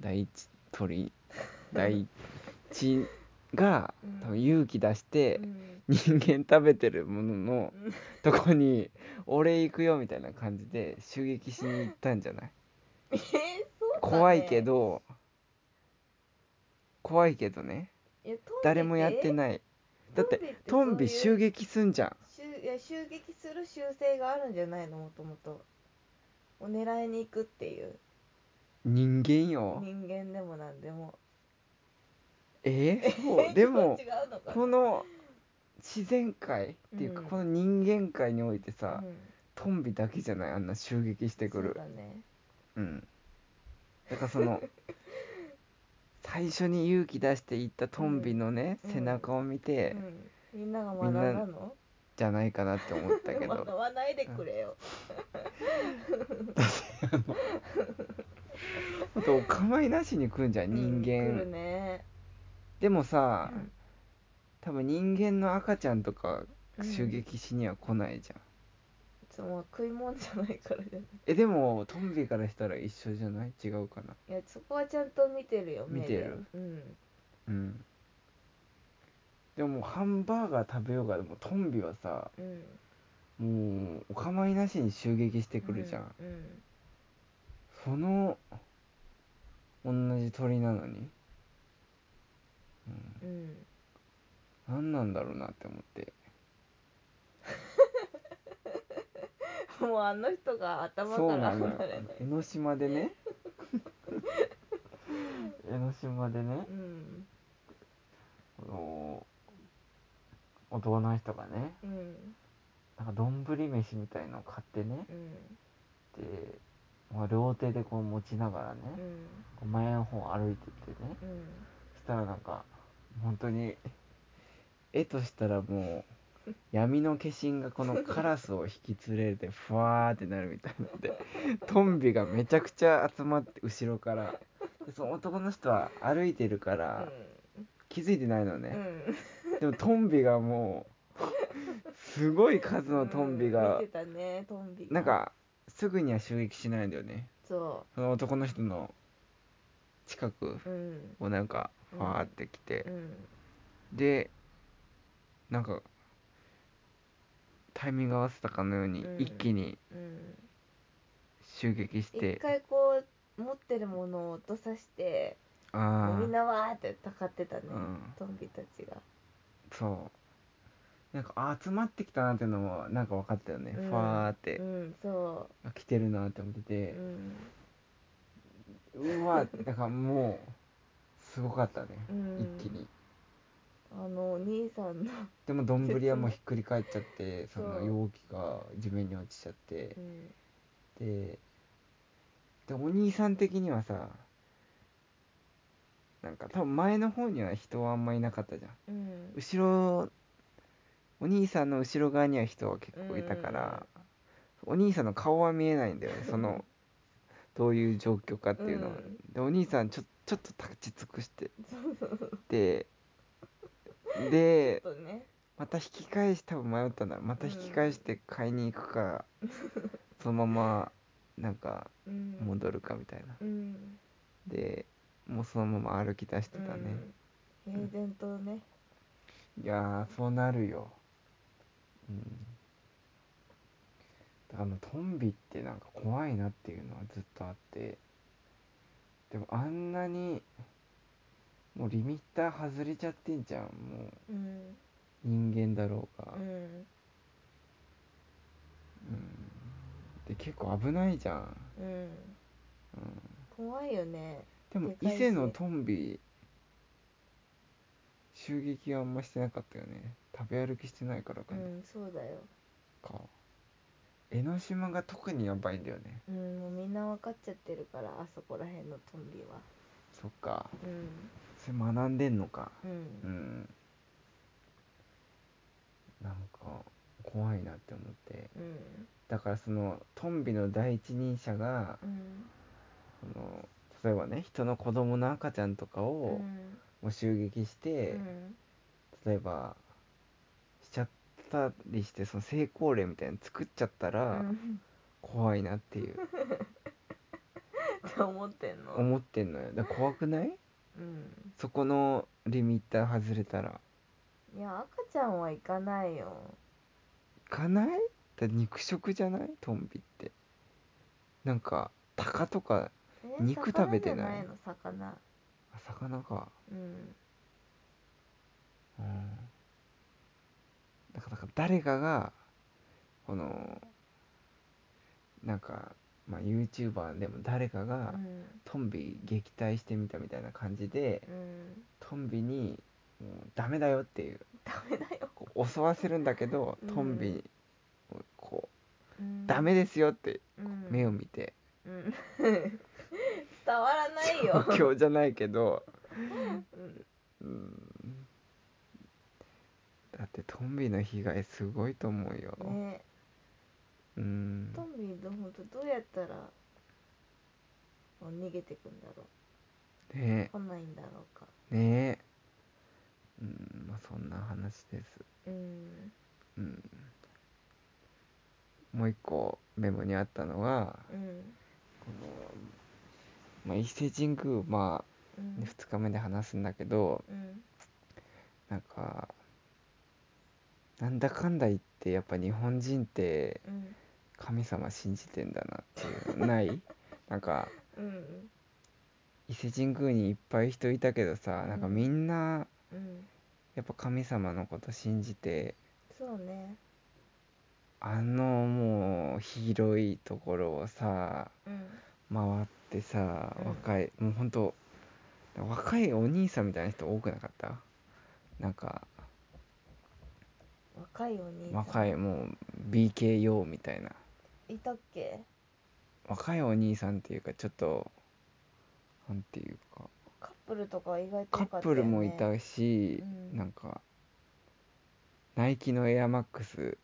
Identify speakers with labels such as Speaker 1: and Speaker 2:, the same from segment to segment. Speaker 1: 第一 鳥第一が
Speaker 2: うん
Speaker 1: 多分勇気出して
Speaker 2: うん
Speaker 1: 人間食べてるもののとこに「俺行くよ」みたいな感じで襲撃しに行ったんじゃない
Speaker 2: えーそうだね
Speaker 1: 怖いけど怖いけどね
Speaker 2: いやトンビって
Speaker 1: 誰もやってないだってトンビ襲
Speaker 2: 撃
Speaker 1: 撃すんじゃん
Speaker 2: いや襲撃する習性があるんじゃないのもともとお狙いに行くっていう
Speaker 1: 人間よ
Speaker 2: 人間でもなんでも
Speaker 1: えー、そうでも
Speaker 2: 違うのかな
Speaker 1: この自然界っていうか、
Speaker 2: うん
Speaker 1: この人間界においてさ、
Speaker 2: うん
Speaker 1: トンビだけじゃないあんな襲撃してく
Speaker 2: そう
Speaker 1: る
Speaker 2: だね
Speaker 1: うんだからその 最初に勇気出していったトンビのね、
Speaker 2: うん
Speaker 1: 背中を見て、
Speaker 2: うんみんなが学んだの
Speaker 1: じゃないかなって思ったけ
Speaker 2: 学
Speaker 1: ど
Speaker 2: ばないでくれよ
Speaker 1: ほんとお構いなしに来んじゃん人
Speaker 2: うん
Speaker 1: 間、
Speaker 2: 来るね
Speaker 1: でもさ、
Speaker 2: うん
Speaker 1: 多分人間の赤ちゃんとか
Speaker 2: うん
Speaker 1: 襲撃しには来ないじゃん、
Speaker 2: その食い物じゃないからじゃない
Speaker 1: えでもトンビからしたら一緒じゃない違うかない
Speaker 2: やそこはちゃんと見てるよ
Speaker 1: 見てる
Speaker 2: 目でうん
Speaker 1: うんでももうハンバーガー食べようがでもトンビはさ
Speaker 2: うん
Speaker 1: もうお構いなしに襲撃してくるじゃん、
Speaker 2: うん
Speaker 1: その同じ鳥なのに、うん、
Speaker 2: うん、うん
Speaker 1: 何なんだろうなって思って
Speaker 2: もうあの人が頭
Speaker 1: そう
Speaker 2: か
Speaker 1: な
Speaker 2: ら
Speaker 1: の
Speaker 2: 離れ
Speaker 1: よ
Speaker 2: ない
Speaker 1: 江ノ島 でね江ノ島でね
Speaker 2: うん
Speaker 1: この男の人がね
Speaker 2: うん
Speaker 1: なんか丼飯みたいのを買ってね
Speaker 2: うん
Speaker 1: で、まあ、両手でこう持ちながらね、
Speaker 2: うん
Speaker 1: こう前の方歩いてってね
Speaker 2: うん
Speaker 1: そしたらなんか本当に絵としたらもう闇の化身がこのカラスを引き連れてふわーってなるみたいなんでトンビがめちゃくちゃ集まって後ろからでその男の人は歩いてるから気づいてないの
Speaker 2: う
Speaker 1: ね、
Speaker 2: ん
Speaker 1: でもトンビがもうすごい数のトンビが
Speaker 2: うん見てたねトンビが
Speaker 1: なんかすぐには襲撃しないんだよね
Speaker 2: そ
Speaker 1: その男の人の近く
Speaker 2: ううん
Speaker 1: をなんか
Speaker 2: う
Speaker 1: フ
Speaker 2: ん
Speaker 1: ァーって来て
Speaker 2: う、ん
Speaker 1: でなんかタイミング合わせたかのように
Speaker 2: うん
Speaker 1: 一気に
Speaker 2: うん
Speaker 1: 襲撃して
Speaker 2: 一、回こう持ってるものを落とさしても
Speaker 1: あ
Speaker 2: うみんな
Speaker 1: あ
Speaker 2: わーってたかってたね、
Speaker 1: うん
Speaker 2: トンビたちが
Speaker 1: そうなんかあ集まってきたなっていうのもなんか分かったよね、
Speaker 2: うん
Speaker 1: ファーって
Speaker 2: う、んそ
Speaker 1: あ来てるなって思って
Speaker 2: う、
Speaker 1: て
Speaker 2: う、ん
Speaker 1: うわだからもうすごかったね、
Speaker 2: うん
Speaker 1: 一気に
Speaker 2: あのお兄さんの、
Speaker 1: でも丼はもうひっくり返っちゃってその
Speaker 2: そう
Speaker 1: 容器が地面に落ちちゃって
Speaker 2: うん、
Speaker 1: ででお兄さん的にはさなんか多分前の方には人はあんまいなかったじゃん
Speaker 2: うん、
Speaker 1: 後ろお兄さんの後ろ側には人は結構いたから、お兄さんの顔は見えないんだよ ねそのどういう状況かっていうのは、
Speaker 2: うん
Speaker 1: でお兄さんちょちょっと立ち尽くしてでで
Speaker 2: ちょっとね
Speaker 1: また引き返し多分迷ったんだろうまた引き返して買いに行く か、そのままなんか
Speaker 2: うん
Speaker 1: 戻るかみたいな、
Speaker 2: うん
Speaker 1: でもうそのまま歩き出してたね、
Speaker 2: うん平然とね、
Speaker 1: いやーそうなるようんだからあのトンビってなんか怖いなっていうのはずっとあってでもあんなにもうリミッター外れちゃってんじゃんもう
Speaker 2: うん
Speaker 1: 人間だろうが、
Speaker 2: うん
Speaker 1: で結構危ないじゃん、
Speaker 2: うん、
Speaker 1: うん、
Speaker 2: 怖いよね
Speaker 1: でも
Speaker 2: で
Speaker 1: 伊
Speaker 2: かいし
Speaker 1: 勢のトンビ襲撃はあんましてなかったよね食べ歩きしてないから
Speaker 2: う
Speaker 1: かな、
Speaker 2: んそうだよ
Speaker 1: か江ノ島が特にやばいんだよね
Speaker 2: うんもうみんな分かっちゃってるからあそこら辺のトンビは
Speaker 1: そっか
Speaker 2: うん
Speaker 1: それ学んでんのか
Speaker 2: う
Speaker 1: うんんなんか怖いなって思って
Speaker 2: うん
Speaker 1: だからそのトンビの第一人者が
Speaker 2: うん
Speaker 1: その例えばね人の子供の赤ちゃんとか
Speaker 2: う
Speaker 1: を
Speaker 2: ん
Speaker 1: もう襲撃して、
Speaker 2: うん
Speaker 1: 例えばしちゃったりしてその成功例みたいなの作っちゃったら
Speaker 2: うん
Speaker 1: 怖いなっていう、
Speaker 2: ト思ってんの
Speaker 1: 思ってんのよだから怖くない
Speaker 2: うん
Speaker 1: そこのリミッター外れたら
Speaker 2: いや赤ちゃんは行かないよ
Speaker 1: 行かないだ肉食じゃないトンビってなんか鷹とか
Speaker 2: え
Speaker 1: 肉食べてな
Speaker 2: 魚じ
Speaker 1: い
Speaker 2: ゃの魚
Speaker 1: あ魚か
Speaker 2: うん
Speaker 1: うんだからなんか誰かがこのなんかまあ YouTuber でも誰か
Speaker 2: う
Speaker 1: が
Speaker 2: ん
Speaker 1: トンビ撃退してみたみたいな感じで
Speaker 2: うん
Speaker 1: トンビにもうダメだよっていう
Speaker 2: ダメだよ、
Speaker 1: こう襲わせるんだけど
Speaker 2: うん
Speaker 1: トンビにこ
Speaker 2: うん
Speaker 1: うダメですよって
Speaker 2: うん
Speaker 1: 目を 見て
Speaker 2: うん伝わらないよ
Speaker 1: 東京じゃないけど
Speaker 2: うん
Speaker 1: うんだってトンビの被害すごいと思うよ、
Speaker 2: ね
Speaker 1: うん
Speaker 2: トンビのほんとどうやったらこう逃げてくんだろう
Speaker 1: ね
Speaker 2: 来ないんだろうか
Speaker 1: ねえうんまあそんな話です
Speaker 2: うん
Speaker 1: うんもう一個メモにあったのは
Speaker 2: うん
Speaker 1: この、まあ、伊勢神宮ま
Speaker 2: う
Speaker 1: あ
Speaker 2: ん
Speaker 1: 2日目で話すんだけど
Speaker 2: うん
Speaker 1: なんかなんだかんだ言ってやっぱ日本人って
Speaker 2: うん
Speaker 1: 神様信じてんだなっていうのない なんか
Speaker 2: うん
Speaker 1: 伊勢神宮にいっぱい人いたけどさなんかみんな
Speaker 2: うん
Speaker 1: やっぱ神様のこと信じて
Speaker 2: そうね
Speaker 1: あのもう広いところをさ
Speaker 2: うん
Speaker 1: 回ってさ
Speaker 2: うん
Speaker 1: 若い、もうほんと若いお兄さんみたいな人多くなかったなんか
Speaker 2: 若いお兄さん
Speaker 1: 若いもう BKO みたいない
Speaker 2: たっけ
Speaker 1: 若いお兄さんっていうかちょっとなんていうか
Speaker 2: カップルとか意外と
Speaker 1: カ
Speaker 2: 多か
Speaker 1: ッ
Speaker 2: ったよね
Speaker 1: プルもいたし、
Speaker 2: うん
Speaker 1: なんかナイキのエアマックス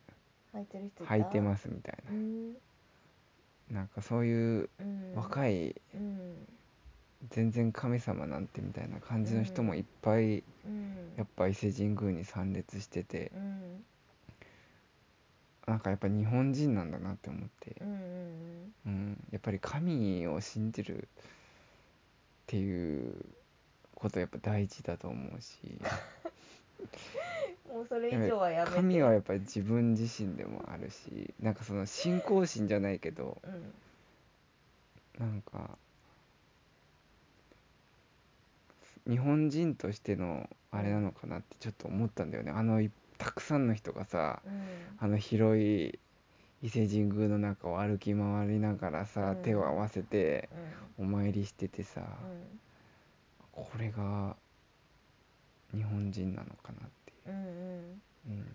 Speaker 2: 履いてる人いた
Speaker 1: 履いて
Speaker 2: す
Speaker 1: ますみたい
Speaker 2: うん
Speaker 1: ななんかそういう
Speaker 2: うんい
Speaker 1: 若い
Speaker 2: うん
Speaker 1: 全然神様なんてみたいな感じの人もいっぱい
Speaker 2: うん
Speaker 1: やっぱ伊勢神宮に参列してて
Speaker 2: うん
Speaker 1: なんかやっぱ日本人なんだなって思って
Speaker 2: うんう、ん
Speaker 1: うん、やっぱり神を信じるっていうことやっぱ大事だと思うし
Speaker 2: うんもうそれ以上はやめて
Speaker 1: 神はやっぱり自分自身でもあるしなんかその信仰心じゃないけど
Speaker 2: うん
Speaker 1: なんか日本人としてのあれなのかなってちょっと思ったんだよねあのいたくさんの人がさ
Speaker 2: うん
Speaker 1: あの広い伊勢神宮の中を歩き回りながらさ、
Speaker 2: うん
Speaker 1: 手を合わせて
Speaker 2: うん
Speaker 1: お参りしててさ、これが日本人なのかなって
Speaker 2: う
Speaker 1: い
Speaker 2: んうん
Speaker 1: う、うん、やっ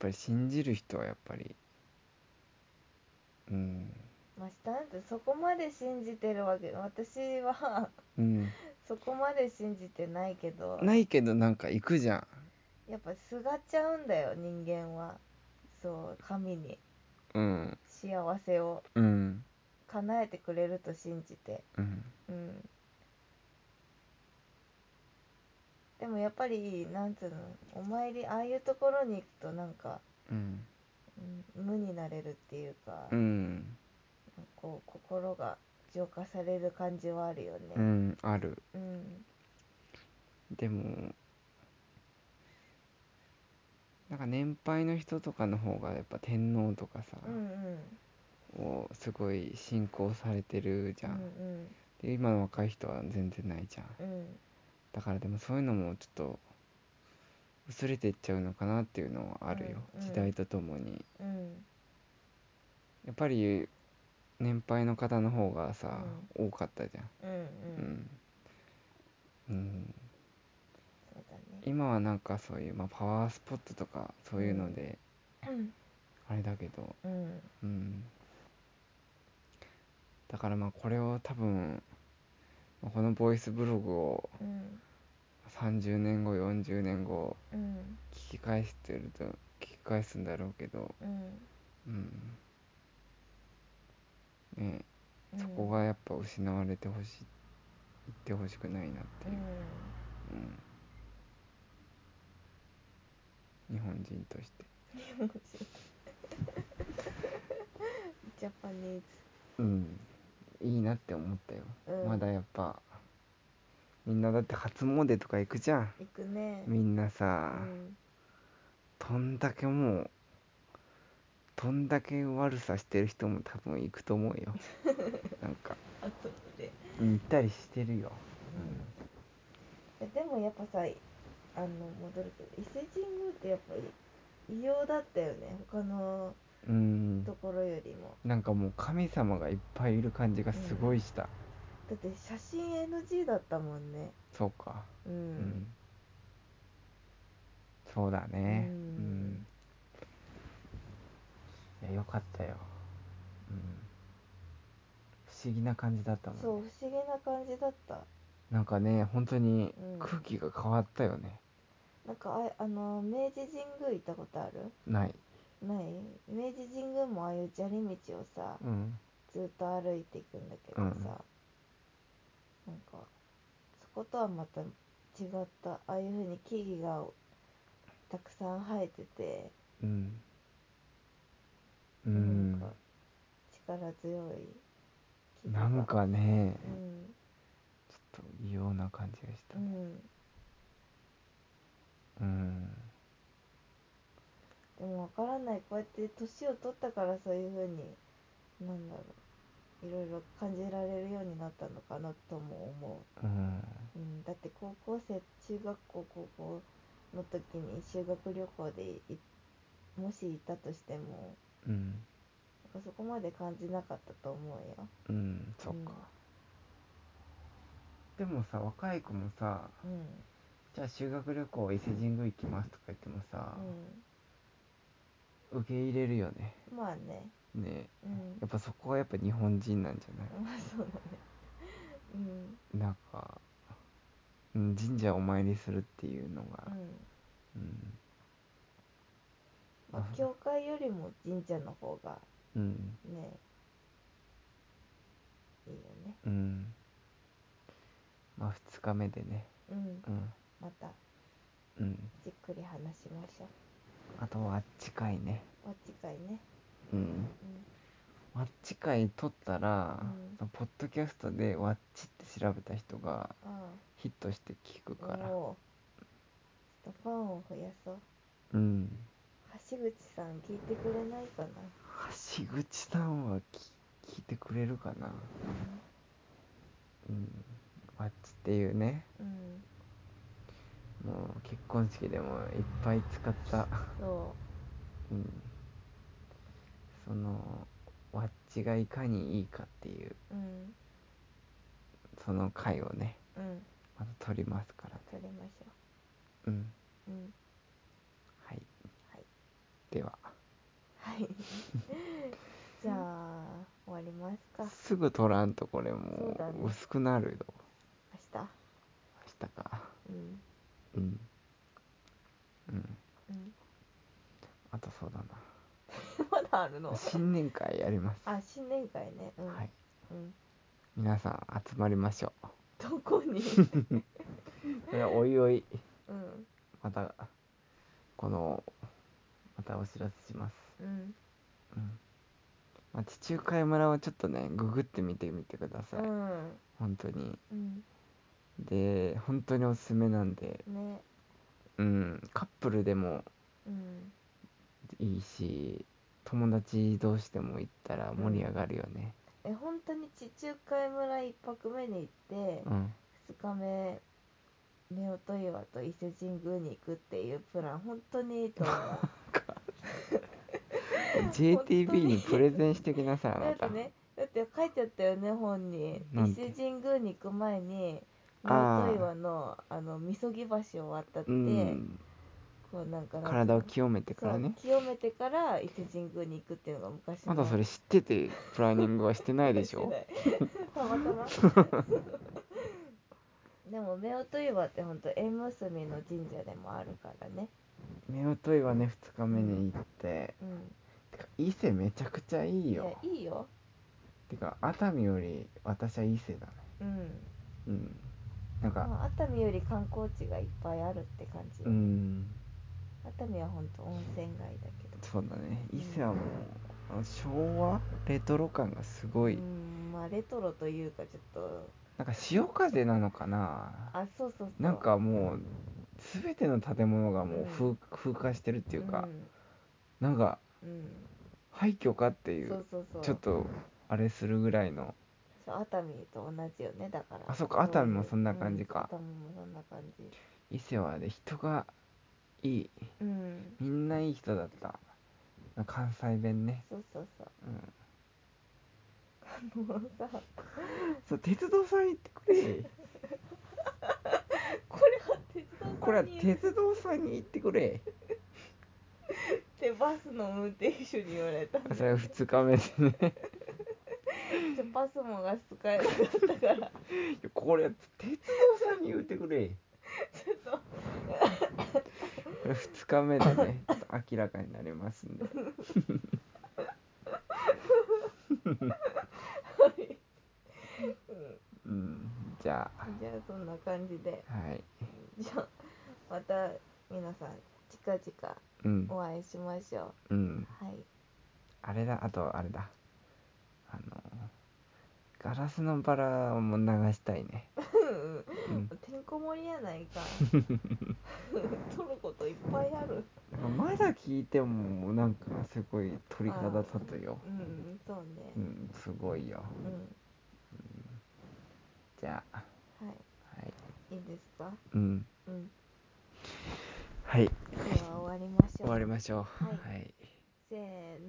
Speaker 1: ぱり信じる人はやっぱりうん
Speaker 2: まあ下なんてそこまで信じてるわけ私は
Speaker 1: うん
Speaker 2: そこまで信じてないけど
Speaker 1: ないけどなんか行くじゃん
Speaker 2: やっぱすがっちゃうんだよ人間はそう神に
Speaker 1: うん
Speaker 2: 幸せを
Speaker 1: うん
Speaker 2: 叶えてくれると信じて
Speaker 1: うん
Speaker 2: うんでもやっぱりなんつうのお参りああいうところに行くとなんか、
Speaker 1: うん
Speaker 2: うん、無になれるっていうか、
Speaker 1: うん、
Speaker 2: こう心が浄化される感じはあるよね
Speaker 1: うん、ある
Speaker 2: うん
Speaker 1: でもなんか年配の人とかの方がやっぱ天皇とかさ、
Speaker 2: うんうん
Speaker 1: をすごい信仰されてるじゃん、
Speaker 2: うん
Speaker 1: で今の若い人は全然ないじゃん
Speaker 2: うんうん
Speaker 1: だからでもそういうのもちょっと薄れていっちゃうのかなっていうのはあるよ、
Speaker 2: うんうん
Speaker 1: 時代とともに
Speaker 2: うん
Speaker 1: やっぱり年配の方の方がさ、多かったじゃん
Speaker 2: うんうん
Speaker 1: うん、うん、
Speaker 2: そうだね
Speaker 1: 今はなんかそういう、まあ、パワースポットとかそういうので、あれだけど
Speaker 2: うん
Speaker 1: うんだからまあこれを多分まあこのボイスブログを
Speaker 2: うん
Speaker 1: 30年後40年後
Speaker 2: うん
Speaker 1: 聞き返してると聞き返すんだろうけど
Speaker 2: うん
Speaker 1: うんね
Speaker 2: うん
Speaker 1: そこがやっぱ失われてほしい言ってほしくないなって
Speaker 2: う
Speaker 1: い
Speaker 2: ん
Speaker 1: う、うん日本人として
Speaker 2: 日本人ジャパニーズ
Speaker 1: うんいいなって思ったよ、
Speaker 2: うん
Speaker 1: まだやっぱみんなだって初詣とか行くじゃん
Speaker 2: 行くね
Speaker 1: みんな
Speaker 2: う
Speaker 1: さ、
Speaker 2: ん
Speaker 1: どんだけもうどんだけ悪さしてる人も多分行くと思うよなんか
Speaker 2: あとで、
Speaker 1: 行ったりしてるよ
Speaker 2: うん、でもやっぱさあの戻るけど伊勢神宮ってやっぱり異様だったよね他の
Speaker 1: うん
Speaker 2: ところよりも、
Speaker 1: なんかもう神様がいっぱいいる感じがすごいした、
Speaker 2: だって写真 NG だったもんね
Speaker 1: そうか
Speaker 2: うん、
Speaker 1: うんそうだね
Speaker 2: う
Speaker 1: うんん、いやよかったよ、うん、不思議な感じだったもんね
Speaker 2: そう不思議な感じだった
Speaker 1: なんかね本当に
Speaker 2: うん
Speaker 1: 空気が変わったよね、
Speaker 2: なんかああの明治神宮行ったことある
Speaker 1: ない、
Speaker 2: ない明治神宮もああいう砂利道をさ、
Speaker 1: うん、
Speaker 2: ずっと歩いていくんだけどさ、
Speaker 1: うん
Speaker 2: なんかそことはまた違ったああいうふうに木々がたくさん生えてて
Speaker 1: うんう
Speaker 2: なん
Speaker 1: ん
Speaker 2: か力強い木
Speaker 1: な
Speaker 2: 々が
Speaker 1: んかね
Speaker 2: うん
Speaker 1: ちょっと異様な感じがした
Speaker 2: うん
Speaker 1: うん
Speaker 2: でもわからないこうやって年を取ったからそういうふうになんだろういろいろ感じられるようになったのかなとも思
Speaker 1: うん
Speaker 2: う、うん、だって高校生中学校高校の時に修学旅行でいもし行ったとしても
Speaker 1: うん
Speaker 2: なんかそこまで感じなかったと思うよ
Speaker 1: うんそっか、でもさ若い子もさ
Speaker 2: うんうん
Speaker 1: じゃあ修学旅行伊勢神宮行きますとか言ってもさ、受け入れるよね
Speaker 2: まあね
Speaker 1: ね
Speaker 2: うん
Speaker 1: やっぱそこはやっぱ日本人なんじゃない
Speaker 2: まあそうだねうん
Speaker 1: なんか、うん、神社お参りするっていうのが
Speaker 2: う、ん
Speaker 1: うん、
Speaker 2: まあ教会よりも神社の方が
Speaker 1: うん、
Speaker 2: ねいいよね
Speaker 1: うん。まあ、二日目でね、
Speaker 2: うん
Speaker 1: うん、
Speaker 2: また
Speaker 1: うん。
Speaker 2: じっくり話しましょう
Speaker 1: あとはあっちかいね、
Speaker 2: おっちかいね
Speaker 1: うん。
Speaker 2: うん
Speaker 1: わっち会撮ったら、
Speaker 2: うん
Speaker 1: そのポッドキャストでわっちって調べた人が
Speaker 2: あ
Speaker 1: ヒットして聞くか
Speaker 2: あ
Speaker 1: ら、
Speaker 2: もうちょっとファンを増やそう
Speaker 1: うん。
Speaker 2: 橋口さん聞いてくれないかな、
Speaker 1: 橋口さんはき聞いてくれるかな、うん。わっちっていうね、
Speaker 2: うん
Speaker 1: もう結婚式でもいっぱい使った。
Speaker 2: そ
Speaker 1: うん、そのワッチがいかにいいかっていう
Speaker 2: ううん
Speaker 1: その回をね
Speaker 2: うん
Speaker 1: また撮りますからね
Speaker 2: 取りましょ
Speaker 1: うん
Speaker 2: ううん
Speaker 1: はい、
Speaker 2: はい
Speaker 1: では
Speaker 2: はい じゃあ終わりますか
Speaker 1: すぐ撮らんとこれ
Speaker 2: そう
Speaker 1: も
Speaker 2: だね
Speaker 1: う薄くなるよ
Speaker 2: 明日
Speaker 1: 明日か
Speaker 2: うん
Speaker 1: うんうん
Speaker 2: うん
Speaker 1: あとそうだ
Speaker 2: まだある
Speaker 1: な
Speaker 2: の
Speaker 1: 新年会やります
Speaker 2: あ新年会ねうん、
Speaker 1: はい
Speaker 2: うん
Speaker 1: 皆さん集まりましょう
Speaker 2: どこ に
Speaker 1: これはおいおい
Speaker 2: うん
Speaker 1: またこのまたお知らせします
Speaker 2: うん
Speaker 1: うんまあ、地中海村をちょっとねググってみてみてくだ
Speaker 2: う
Speaker 1: さい、
Speaker 2: ん
Speaker 1: 本当に
Speaker 2: うん
Speaker 1: で本当におすすめなんで
Speaker 2: ね
Speaker 1: うんカップルでも
Speaker 2: うん
Speaker 1: いいし友達同士でも行ったら盛り上がるよね
Speaker 2: え本当に地中海村一泊目に行って
Speaker 1: うん、
Speaker 2: 二日目夫婦岩と伊勢神宮に行くっていうプラン本当にいいと思う本当
Speaker 1: JTB
Speaker 2: に
Speaker 1: にプレゼンしてきな さいあ
Speaker 2: だ
Speaker 1: な
Speaker 2: って
Speaker 1: た、
Speaker 2: ね だって書いてあったよね本に
Speaker 1: なん
Speaker 2: 伊
Speaker 1: て
Speaker 2: 勢神宮に行く前に
Speaker 1: あー
Speaker 2: 夫婦岩のあのみそぎ橋を渡って、
Speaker 1: うん、
Speaker 2: こうなんかなんてい
Speaker 1: 体
Speaker 2: う
Speaker 1: を
Speaker 2: の
Speaker 1: 清めてからね
Speaker 2: そう清めてから伊勢神宮に行くっていうのが昔の
Speaker 1: まだそれ知っててプランニングはしてないでし
Speaker 2: し
Speaker 1: ょ
Speaker 2: てない たまたま でも夫婦岩って本当縁結びの神社でもあるからね
Speaker 1: 夫婦岩ね2日目に行って
Speaker 2: うん
Speaker 1: てか伊勢めちゃくちゃいい
Speaker 2: いや
Speaker 1: よ
Speaker 2: いいよ
Speaker 1: てか熱海より私は伊勢だね
Speaker 2: うん
Speaker 1: うんなんか
Speaker 2: まあ熱海より観光地がいっぱいあるって感じ、
Speaker 1: うん
Speaker 2: 熱海は本当温泉街だけど
Speaker 1: そうだね伊勢はもうあの昭和レトロ感がすごい、
Speaker 2: うんまあレトロというかちょっと
Speaker 1: なんか潮風なのかな
Speaker 2: あそうそうそう
Speaker 1: なんかもう全ての建物がもう風,、
Speaker 2: う
Speaker 1: 風化してるっていうか、
Speaker 2: ん
Speaker 1: なんか
Speaker 2: うん
Speaker 1: 廃墟かっていう
Speaker 2: そうそうそう
Speaker 1: ちょっとあれするぐらいの
Speaker 2: そう熱海と同じよねだから
Speaker 1: あそっか
Speaker 2: ういう
Speaker 1: 熱海もそんな感じか
Speaker 2: うん熱海もそんな感じ
Speaker 1: 伊勢はね人がいい
Speaker 2: うん
Speaker 1: みんないい人だった関西弁ね、
Speaker 2: そうそうそう
Speaker 1: うん、
Speaker 2: もう さ
Speaker 1: そう鉄道さん行ってくれ
Speaker 2: これは鉄道さんに
Speaker 1: これは鉄道さんに行ってくれ
Speaker 2: でバスの運転手に言われた
Speaker 1: それは2日目でね
Speaker 2: でバスもが使えなかった から
Speaker 1: これ鉄道さんに言ってくれ
Speaker 2: ちょっと
Speaker 1: これ2日目でねちょっと明らかになりますんで
Speaker 2: うん
Speaker 1: うんじゃあ
Speaker 2: じゃあそんな感じで
Speaker 1: はい
Speaker 2: じゃあまた皆さん近々
Speaker 1: うん
Speaker 2: お会いしましょ
Speaker 1: うん
Speaker 2: うはい
Speaker 1: あれだあとあれだあのガラスのバラも流したいねうん
Speaker 2: てんこ盛りやない か撮ることいっぱいある
Speaker 1: なんかまだ聞いてももうなんかすごい鳥肌立つよ
Speaker 2: うんそうね
Speaker 1: うんすごいよ
Speaker 2: うん
Speaker 1: じゃあ
Speaker 2: はい
Speaker 1: はい
Speaker 2: いいですか
Speaker 1: うん
Speaker 2: うん
Speaker 1: はい
Speaker 2: では終わりましょう
Speaker 1: 終わりましょう
Speaker 2: はい
Speaker 1: はい
Speaker 2: せーの